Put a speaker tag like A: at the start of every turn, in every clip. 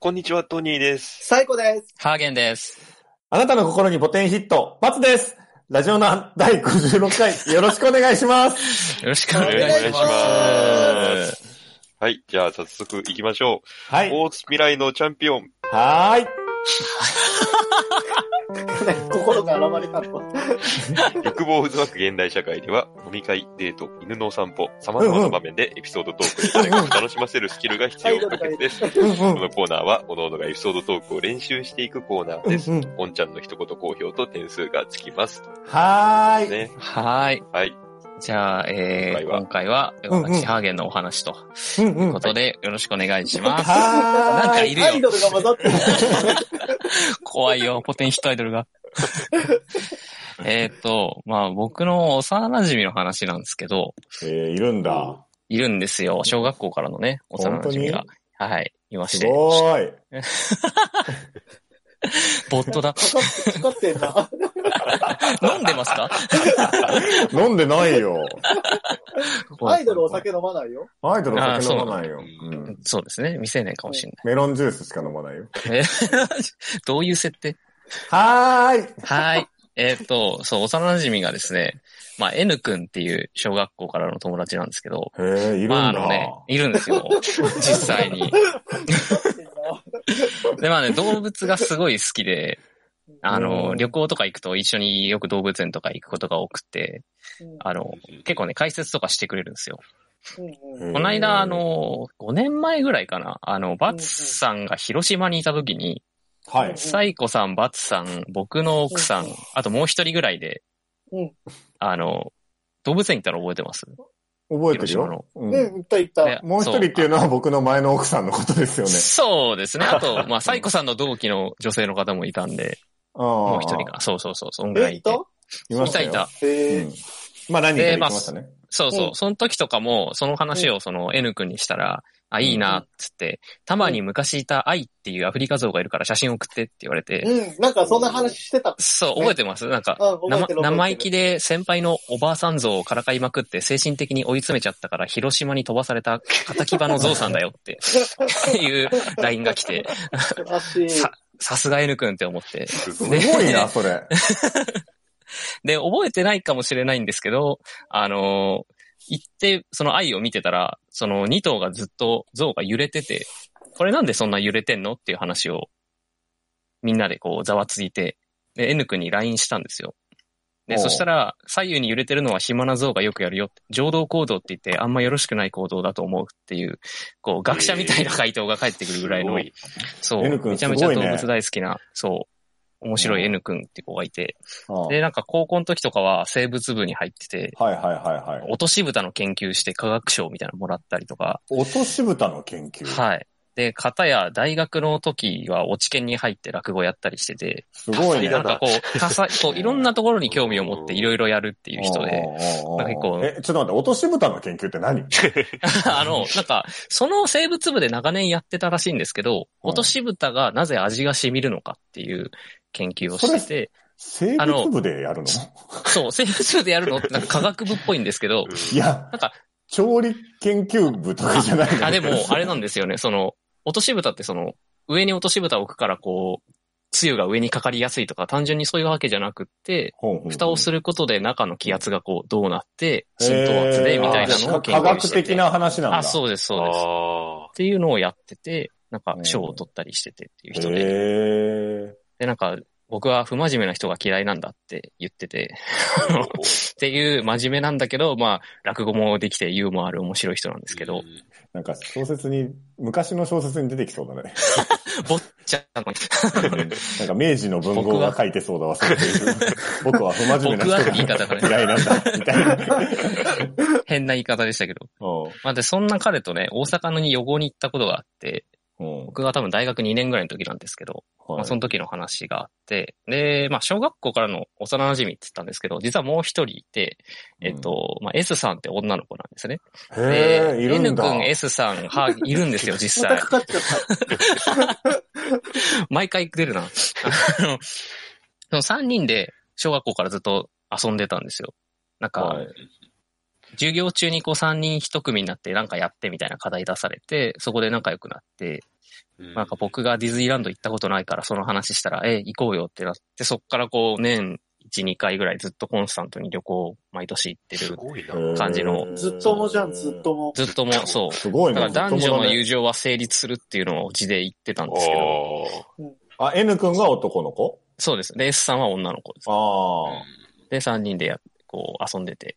A: こんにちは、トニーです。
B: 最高です。
C: ハーゲンです。
D: あなたの心にポテンヒット、バツですラジオの第56回、よろしくお願いします
C: よろしく
B: お
C: お願
B: 願
C: い
B: い
C: し
B: し
C: ま
B: ますす。
A: はい、じゃあ早速行きましょ
D: は
A: う。
D: い。
A: 大津未来のチャンピオン。
D: はーい。
B: 心が現れたの。
A: 欲望渦巻く現代社会では、飲み会、デート、犬のお散歩、様々な場面でエピソードトークに誰かを楽しませるスキルが必要不可欠です。こ
D: うんうん
A: のコーナーは、おのおのがエピソードトークを練習していくコーナー
D: う
A: です。
D: んうん
A: おんちゃんの一言好評と点数がつきます。
D: はーい。
A: ね。
C: はーい。
A: はい。
C: じゃあ、えー、今
A: 今
C: 回は、
D: うんうん
C: 私、ハーゲンのお話と
D: うんう
C: いうんことで、よろしくお願いします。
D: はーい。
C: なんかいる
B: アイ
C: よ。
B: ドルが混ざってる。
C: 怖いよ、ポテンヒットアイドルが。えっと、まあ僕の幼馴染の話なんですけど、
D: えー、いるんだ。
C: いるんですよ。小学校からのね、幼馴染が
D: 本。
C: はい、いまし
D: す
C: て。
D: ごーい。
C: ボットだ。
B: かかって、かかってんな。
C: 飲んでますか
D: 飲んでないよ。
B: アイドルお酒飲まないよ。
D: アイドル
C: あー
D: お
C: そ
D: 酒
C: うな
D: 飲
C: んだ
D: まないよ。うん
C: そうですね、未成年かもしれ
D: メロンジュースしか飲まないよ。
C: ない。え どういう設定
D: はーい。
C: はい。えーっと、そう、幼馴染がですね、まあ、N 君っていう小学校からの友達なんですけど、
D: えー、いるん
C: まあ、
D: だ
C: あ。のね、いるんです よ。実際に。
B: かかってんな
C: で、まあね、動物がすごい好きで、あ
D: う
C: の、
D: ん
C: 旅行とか行くと一緒によく動物園とか行くことが多くて、
B: うん
C: あの、結構ね、解説とかしてくれるんですよ。
B: うんうん
D: こ
C: この間、あ、の、5年前ぐらいかな、あの、バツさんが広島にいた時に、
D: はい。
C: サイコさん、バツさん、僕の奥さん
B: うん、
C: あともう一人ぐらいで
B: うん、
C: あの、動物園行ったら覚えてます
D: 覚え
C: 広
D: てる
C: 島の
D: よ。うん
B: うん、言った言った。
C: で
D: もう一人っていうのは僕の前の奥さんのことですよね。
C: そうですね。あと、まあ、サイコさんの同期の女性の方もいたんで、も
D: も
C: う一人が。そうそうそう、そんぐら
B: え、
C: い
B: い
C: いて。
B: た
D: いました
C: い
D: よ。
C: た。
B: えー
D: うん。まあ何人かで行きましたね。
C: そうそうう。
B: ん
C: その時とかも、その話をその N 君にしたら、あ、いいな、っつって、たまに昔いたアイっていうアフリカ像がいるから写真送ってって言われて、
B: うん、なんかそんな話してた。
C: そう、覚えてますなんか、
B: うん、覚え
C: 生
B: てる。
C: 生
B: 覚え
C: 意
B: て
C: 気
B: る
C: で先輩のおばあさん像をからかいまくって精神的に追い詰めちゃったから広島に飛ばされた仇場の像さんだよって いう LINE が来て、
B: 悲しい。
C: ささすが N 君って思って。
A: す
D: す
A: ご
D: ご
A: い。
D: いな、それ。
C: で、覚えてないかもしれないんですけど、あのー行って、その愛を見てたら、その2頭がずっと像が揺れてて、これなんでそんな揺れてんのっていう話を、みんなでこう、ざわついて、で、N 君に LINE したんですよ。で、
D: おう
C: そしたら、左右に揺れてるのは暇な像がよくやるよって。情動行動って言って、あんまよろしくない行動だと思うっていう、こう、学者みたいな回答が返ってくるぐらいの、
A: すご
C: そう、
D: N 君
C: めちゃめちゃ
D: す
C: 動
D: ごいね
C: 物大好きな、そう、面白い N 君って子がいて、
D: うん
C: で、なんか高校の時とかは生物部に入ってて、
D: はいはいはいはい。
C: 落とし蓋の研究して科学賞みたいなのもらったりとか、
D: 落とし蓋の研究。
C: はい。で、片や大学の時は落ち研に入って落語やったりしてて、
D: すご
A: い
D: いね。
C: な
A: や
C: んかこう、多 彩、こう、いろんなところに興味を持っていろいろやるっていう人で、
D: おーおーおーおー
C: なんか結構
D: え、ちょっと待って、落とし蓋の研究っ て何
C: あの、なんか、その生物部で長年やってたらしいんですけど、
D: うん
C: 落とし蓋がなぜ味が染みるのかっていう研究をしてて、
D: 生物部でやるの
C: そう、生物部でやるのってなんか科学部っぽいんですけ ど、
D: いや、
C: なんか
D: 調理研究部とかじゃない の
C: あ、でも、あれなんですよね。その、落とし蓋ってその、上に落とし蓋を置くからこう、つゆが上にかかりやすいとか、単純にそういうわけじゃなくって、
D: ほんほん
C: 蓋をすることで中の気圧がこう、どうなって、浸透圧で、みたいなのを
D: へー
C: 研
D: 科
C: 究
D: 学
C: して
D: 的
C: て。
D: な話なんだ。
C: あ、そうです、そうです。っ
A: あ
C: ていうのをやってて、なんか、賞を取ったりしててっていう人で。
D: へ
C: で、なんか、僕は不真面目な人が嫌いなんだって言ってて、
A: ー
C: っていう真面目なんだけど、まあ、落語もできてユーモアある面白い人なんですけど、。
D: ーなんか小説に、昔の小説に出てきそうだね。
C: ぼっちゃんの
D: なんか明治の文豪が書いてそうだわ、それで言う僕は不真面目
C: 僕は
D: な
C: って言
D: 人
C: い方がね
D: が嫌いなんだ、みたいな。
C: 変な言い方でしたけど。
D: うん
C: まあで、そんな彼とね、大阪に予行に行ったことがあって、
D: うん
C: 僕が多分大学2年ぐらいの時なんですけど、ま
D: は
C: あ
D: い
C: その時の話があって、で、まあ小学校からの幼馴染って言ったんですけど、実はもう一人いて、えっと、まあ S さんって女の子なんですね。
D: へえ、いるん
C: N
D: だ。
C: 君 S さんはいるんですよ、 実
B: また
C: 際
B: か。かっちゃった。
C: 毎回出る な。あの、その3人で小学校からずっと遊んでたんですよ。なんか、
D: はい
C: 授業中にこう3人1組になってなんかやってみたいな課題出されて、そこで仲良くなって、
A: うん
C: なんか僕がディズニーランド行ったことないからその話したら、え、行こうよってなって、そっからこう年1、2回ぐらいずっとコンスタントに旅行毎年行って
A: す
C: る。
A: ごいな。
C: 感じの
B: ずっともじゃん、ずっと。も。
C: ずっともそう。
D: すごい
C: だか
D: な。
C: ら男女の
D: う。
C: 友情は成立するっていうのを字で言ってたんですけど、
A: おー
D: あ、N 君が男の子
C: そうです。で、S さんは女の子です。
D: ああ。
C: で、3人でやこう遊んでて。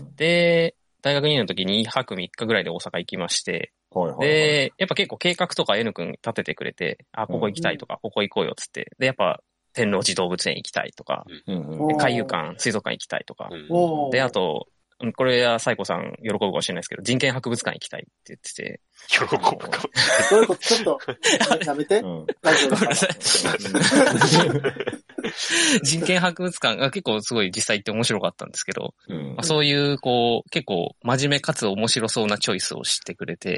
D: うん
C: で、大学2年の時に1泊3日ぐらいで大阪行きまして、
D: はいはいはい。
C: で、やっぱ結構計画とか N 君立ててくれて、あ、ここ行きたいとか、ここ行こうよっつって、で、やっぱ天王寺動物園行きたいとか、
D: うんうん
B: おー
C: 海遊館、水族館行きたいとか
A: う、ん
B: おー
C: で、あと、うんこれはサイコさん喜ぶかもしれないですけど、人権博物館行きたいって言ってて、
A: 喜ぶか。
B: どういうことちょっと、やめて
D: う。ん
B: ラジオ
C: ご
B: だか
C: めんな
B: ら
C: さい。 人権博物館が結構すごい実際行って面白かったんですけど、
D: うん
C: まあ、そういうこう、結構真面目かつ面白そうなチョイスをしてくれて、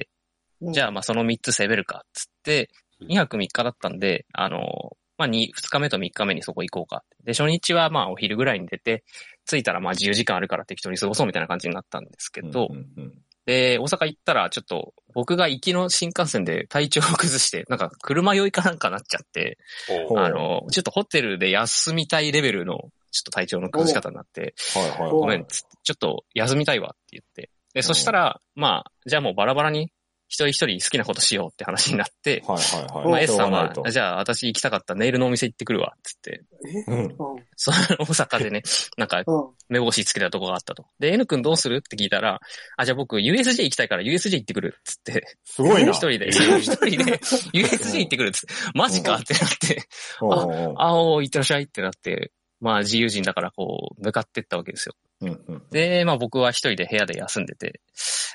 B: うん
C: じゃあまあその3つ攻めるかっつって、2泊3日だったんで、あの、まあ2、2日目と3日目にそこ行こうかって。で、初日はまあお昼ぐらいに出て、着いたらまあ自由時間あるから適当に過ごそうみたいな感じになったんですけど、
D: うんうん
C: で、大阪行ったら、ちょっと、僕が行きの新幹線で体調を崩して、なんか、車酔いかなんかなっちゃって、
A: お
D: ほう
A: ー
C: あの、ちょっとホテルで休みたいレベルの、ちょっと体調の崩し方になって、
D: はいはいはい。
B: お
C: ごめん、つちょっと休みたいわって言って。で、そしたら、まあ、じゃあもうバラバラに、一人一人好きなことしようって話になって、
D: はいはいはい。
C: まあ、S さんは
D: しょうがない、と
C: じゃあ私行きたかったネイルのお店行ってくるわ、つって。
D: うん
B: うん。
C: その大阪でね、なんか
B: うん。
C: 目星つけたとこがあったと。で、N 君どうするって聞いたら、あ、じゃあ僕 USJ 行きたいから USJ 行ってくるっつって、
D: す ごいな。
C: 一人
A: え
C: で、
A: ー
C: 一人で USJ 行ってくるっつって、マジかってなって、
D: うんうんうん
C: あおー、行ってらっしゃいってなって、まあ自由人だからこう、向かってったわけですよ。
D: うんうん
C: で、まあ僕は一人で部屋で休んでて、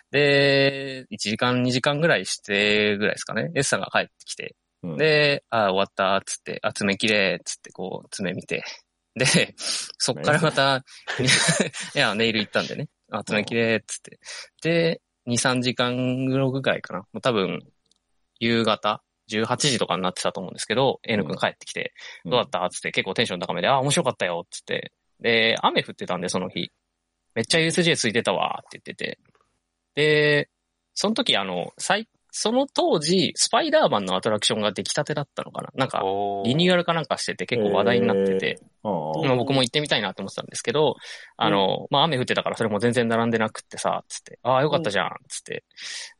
C: で、1時間2時間ぐらいしてぐらいですかね、S さんが帰ってきて、
D: うん
C: で、あー終わった、つって、あ、爪切れ、つって、こう、爪見て。で、 そっからまた、 いや、ネイル行ったんでね。あ、爪切れ、つって。で、2、3時間ぐらいかな。もう多分、夕方、18時とかになってたと思うんですけど、N 君帰ってきて、
D: うん
C: どうだったつって、結構テンション高めで、あ、面白かったよ、つって。で、雨降ってたんで、その日。めっちゃ USJ ついてたわ、って言ってて。で、その時、あの、最その当時、スパイダーマンのアトラクションが出来たてだったのかななんか、
A: おー
C: リニューアルかなんかしてて結構話題になってて、
D: うんうん
C: まあ僕も行ってみたいなと思ってたんですけど、あの、まあ雨降ってたからそれも全然並んでなくってさ、つって、ああ、よかったじゃん、つって。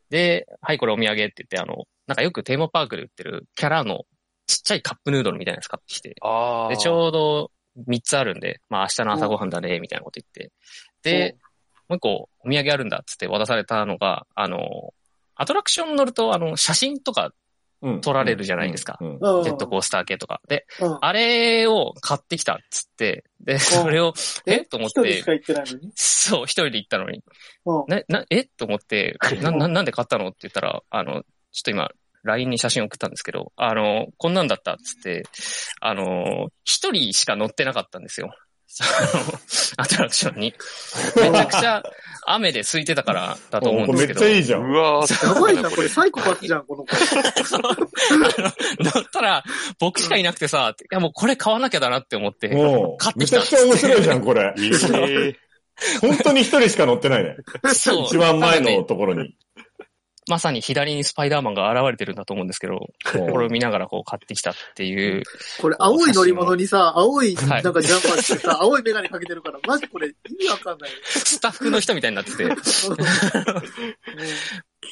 C: で、はい、これお土産って言って、あの、なんかよくテーマパークで売ってるキャラのちっちゃいカップヌードルみたいなやつ買ってきて、
A: あー
C: で、ちょうど3つあるんで、まあ明日の朝ごはんだね、みたいなこと言って。で、もう一個お土産あるんだっつって渡されたのが、あの、アトラクション乗ると、あの、写真とか
D: うん
C: 取られるじゃないですか
D: うんうん
B: うん、
C: ジェットコースター系とか。で、
B: うん
C: あれを買ってきたっつって、で、それを、えと思っ
B: 一人
C: て
B: し、か行ってないのに。
C: そう、一人で行ったのに、
B: うん。
C: な、な、えと思って、な、な、なんで買ったのって言ったら、あの、ちょっと今、LINE に写真送ったんですけど、あの、こんなんだったっつって、あの、一人しか乗ってなかったんですよ。そのアトラクションに。めちゃくちゃ雨で空いてたからだと思うんですけど。
D: めっちゃいいじゃ。
A: うんわー、
B: やばいな、これ、サイコパスじゃん、この子。
C: そのあの乗ったら、僕しかいなくてさ、いやもうこれ買わなきゃだなって思って、
D: も
C: 買っ
D: う、
C: て
D: め
C: き
D: ち
C: た
D: ゃ
C: ん
D: く
C: で
D: ち
C: す
D: ゃ面白いじゃん、これ。
A: えー
D: 本当に一人しか乗ってないね。
C: そう
D: 一番前のところに。
C: まさに左にスパイダーマンが現れてるんだと思うんですけど、これを見ながらこう買ってきたっていう、
B: これ、青い乗り物にさ、青い、
C: は
B: ないんかジャンパーしてさ、青いメガネかけてるから、マジこれ、意味わかんないよ。
C: スタッフの人みたいになってて、
B: うんうん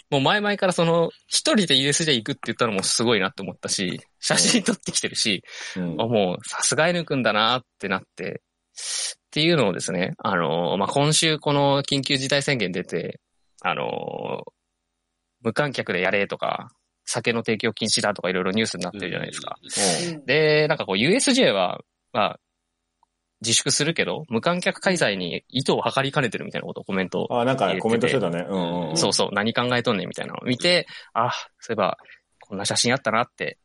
C: もう前々からその、一人で USJ 行くって言ったのもすごいなって思ったし、写真撮ってきてるし、
D: うん
C: あもうさすが N 君だなってなって、っていうのをですね、あのーまあ、今週この緊急事態宣言出て、あのー無観客でやれとか、酒の提供禁止だとかいろいろニュースになってるじゃないですか。で、なんかこう USJ は、まあ、自粛するけど、無観客開催に意図を図りかねてるみたいなことをコメント
D: あ、なんかコメントしてたね。うんうんうん。
C: そうそう、何考えとんねんみたいなのを見て、あ、そういえば、こんな写真あったなって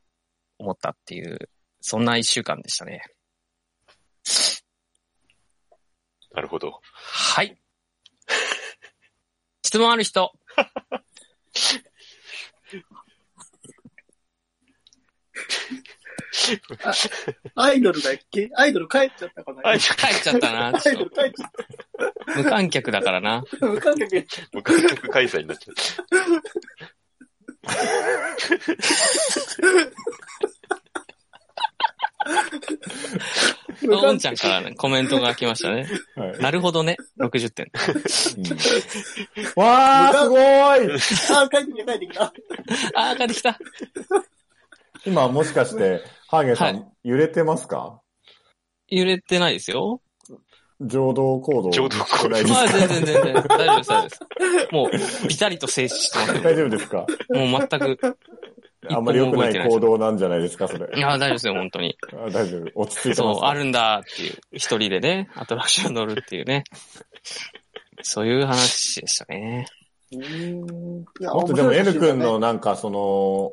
C: 思ったっていう、そんな一週間でしたね。
A: なるほど。
C: はい。質問ある人
B: アイドルが行け、アイドル帰っちゃったかな。
A: ア
B: ア
A: イ
B: イ
A: ド
C: 帰っちゃった な。ち
B: ド
C: ょっ
B: ル帰っちゃっ
C: と無観客だからな。
B: た。無観客や
A: 無観客開催になっちゃっ
C: あおんちゃんから、ね、コメントが来ま したね。
D: はい
C: なるほどね。60点。
D: うんわー、す
B: あ、帰ってきた、帰ってきた。
C: あー、帰ってきた。
D: ごい今もしかして、ハーゲンさん、
C: は
D: 揺れてますか
C: 揺れてないです よ。
D: 浄土行動。
A: 浄土行動
D: ないです
C: あ
D: か
C: ー全然全然。大丈夫です、大丈夫です。もう、ビタリと静止してますよ
D: 大丈夫ですか
C: もう全く。
D: あんまり良くない
C: 一歩も動
D: 行動なんじゃないですか、それ。
C: いや、大丈夫ですよ、本当に。
D: あ大丈夫。落ち着いてま
C: そう
D: す、。
C: あるんだっていう。一人でね、アトラクション乗るっていうね。そういう話でしたね。
B: うーん。いや
D: もっとでも
B: 面
D: N
B: 白い
D: 君のなんかその、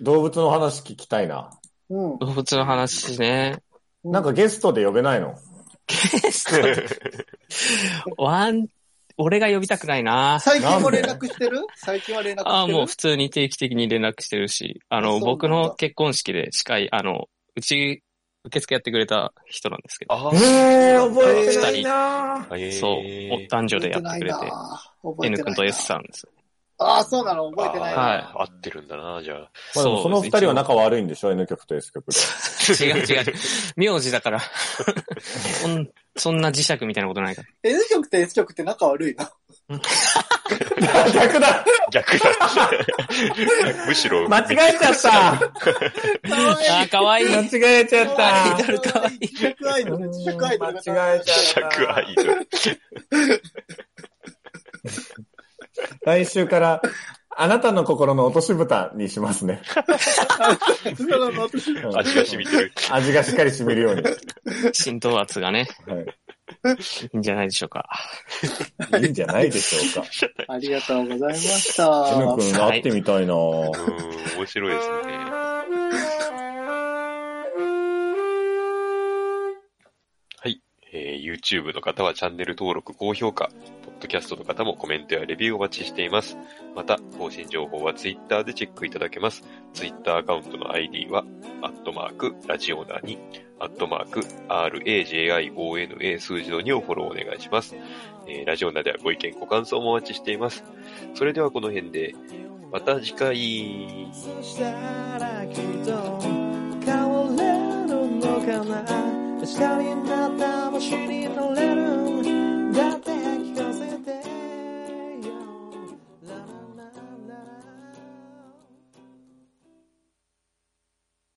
D: 動物の話聞きたいな。
B: うん。
C: 動物の話ね。
D: なんかゲストで呼べないの
C: ワン、俺が呼びたくないな。
B: 最近も連絡してる最近は連絡してる
C: ああ、もう普通に定期的に連絡してるし、
B: そ
C: あ
B: う
C: の、
B: なんだ
C: 僕の結婚式で司会、あの、うち、受付やってくれた人なんですけど、
A: ああ、
D: えー、覚
B: えてない
D: な
A: えー
C: そう、お誕生でやってくれて、
B: 覚えてないな。
C: N 君と
B: ん。
C: S さんです。
B: ああ、そうなの覚えてないな。
C: は
A: あー合ってるんだな、じゃあ。
D: まあでもその二人は
C: な
D: 仲悪いんでしょ ?N 曲と S 曲 で。
C: 違う違 う。名字だから。そんそんな磁石みたいなことないから。
B: N 曲と S 曲って仲悪いな。
D: 逆だ
A: 逆 だ。むしろ、
D: えちゃっ
B: か
D: た
B: わい
C: あー、かわいい。
D: 間違えちゃ
C: アイドルかわいい
B: 自粛アイドル、自粛アイドルが
D: 間違えちゃった
A: 尺アイドル。
D: 来週から、あなたの心の落とし蓋にしますね。
B: そうなの私
D: うん
A: 足が染みてる。
D: 味がしっかり染みるように。
C: 浸透圧がね、
D: はい
C: いんじゃないでしょうか。
D: い、いいんじゃないでしょ う
B: ありがとうございまし
D: か。N
B: た。
D: 君が会ってみたいな
A: うーん、面白いですね。はい。えー YouTube の方はチャンネル登録、高評価、Podcast の方もコメントやレビューをお待ちしています。また、更新情報は Twitter でチェックいただけます。Twitter アカウントの ID は、アットマーク、ラジオナに、アットマーク、RAJIONA 数字の2をフォローお願いします。えーラジオナではご意見、ご感想もお待ちしています。それではこの辺で、また次回。
E: そしたらきっと変われるのかな明日になった場所に乗れる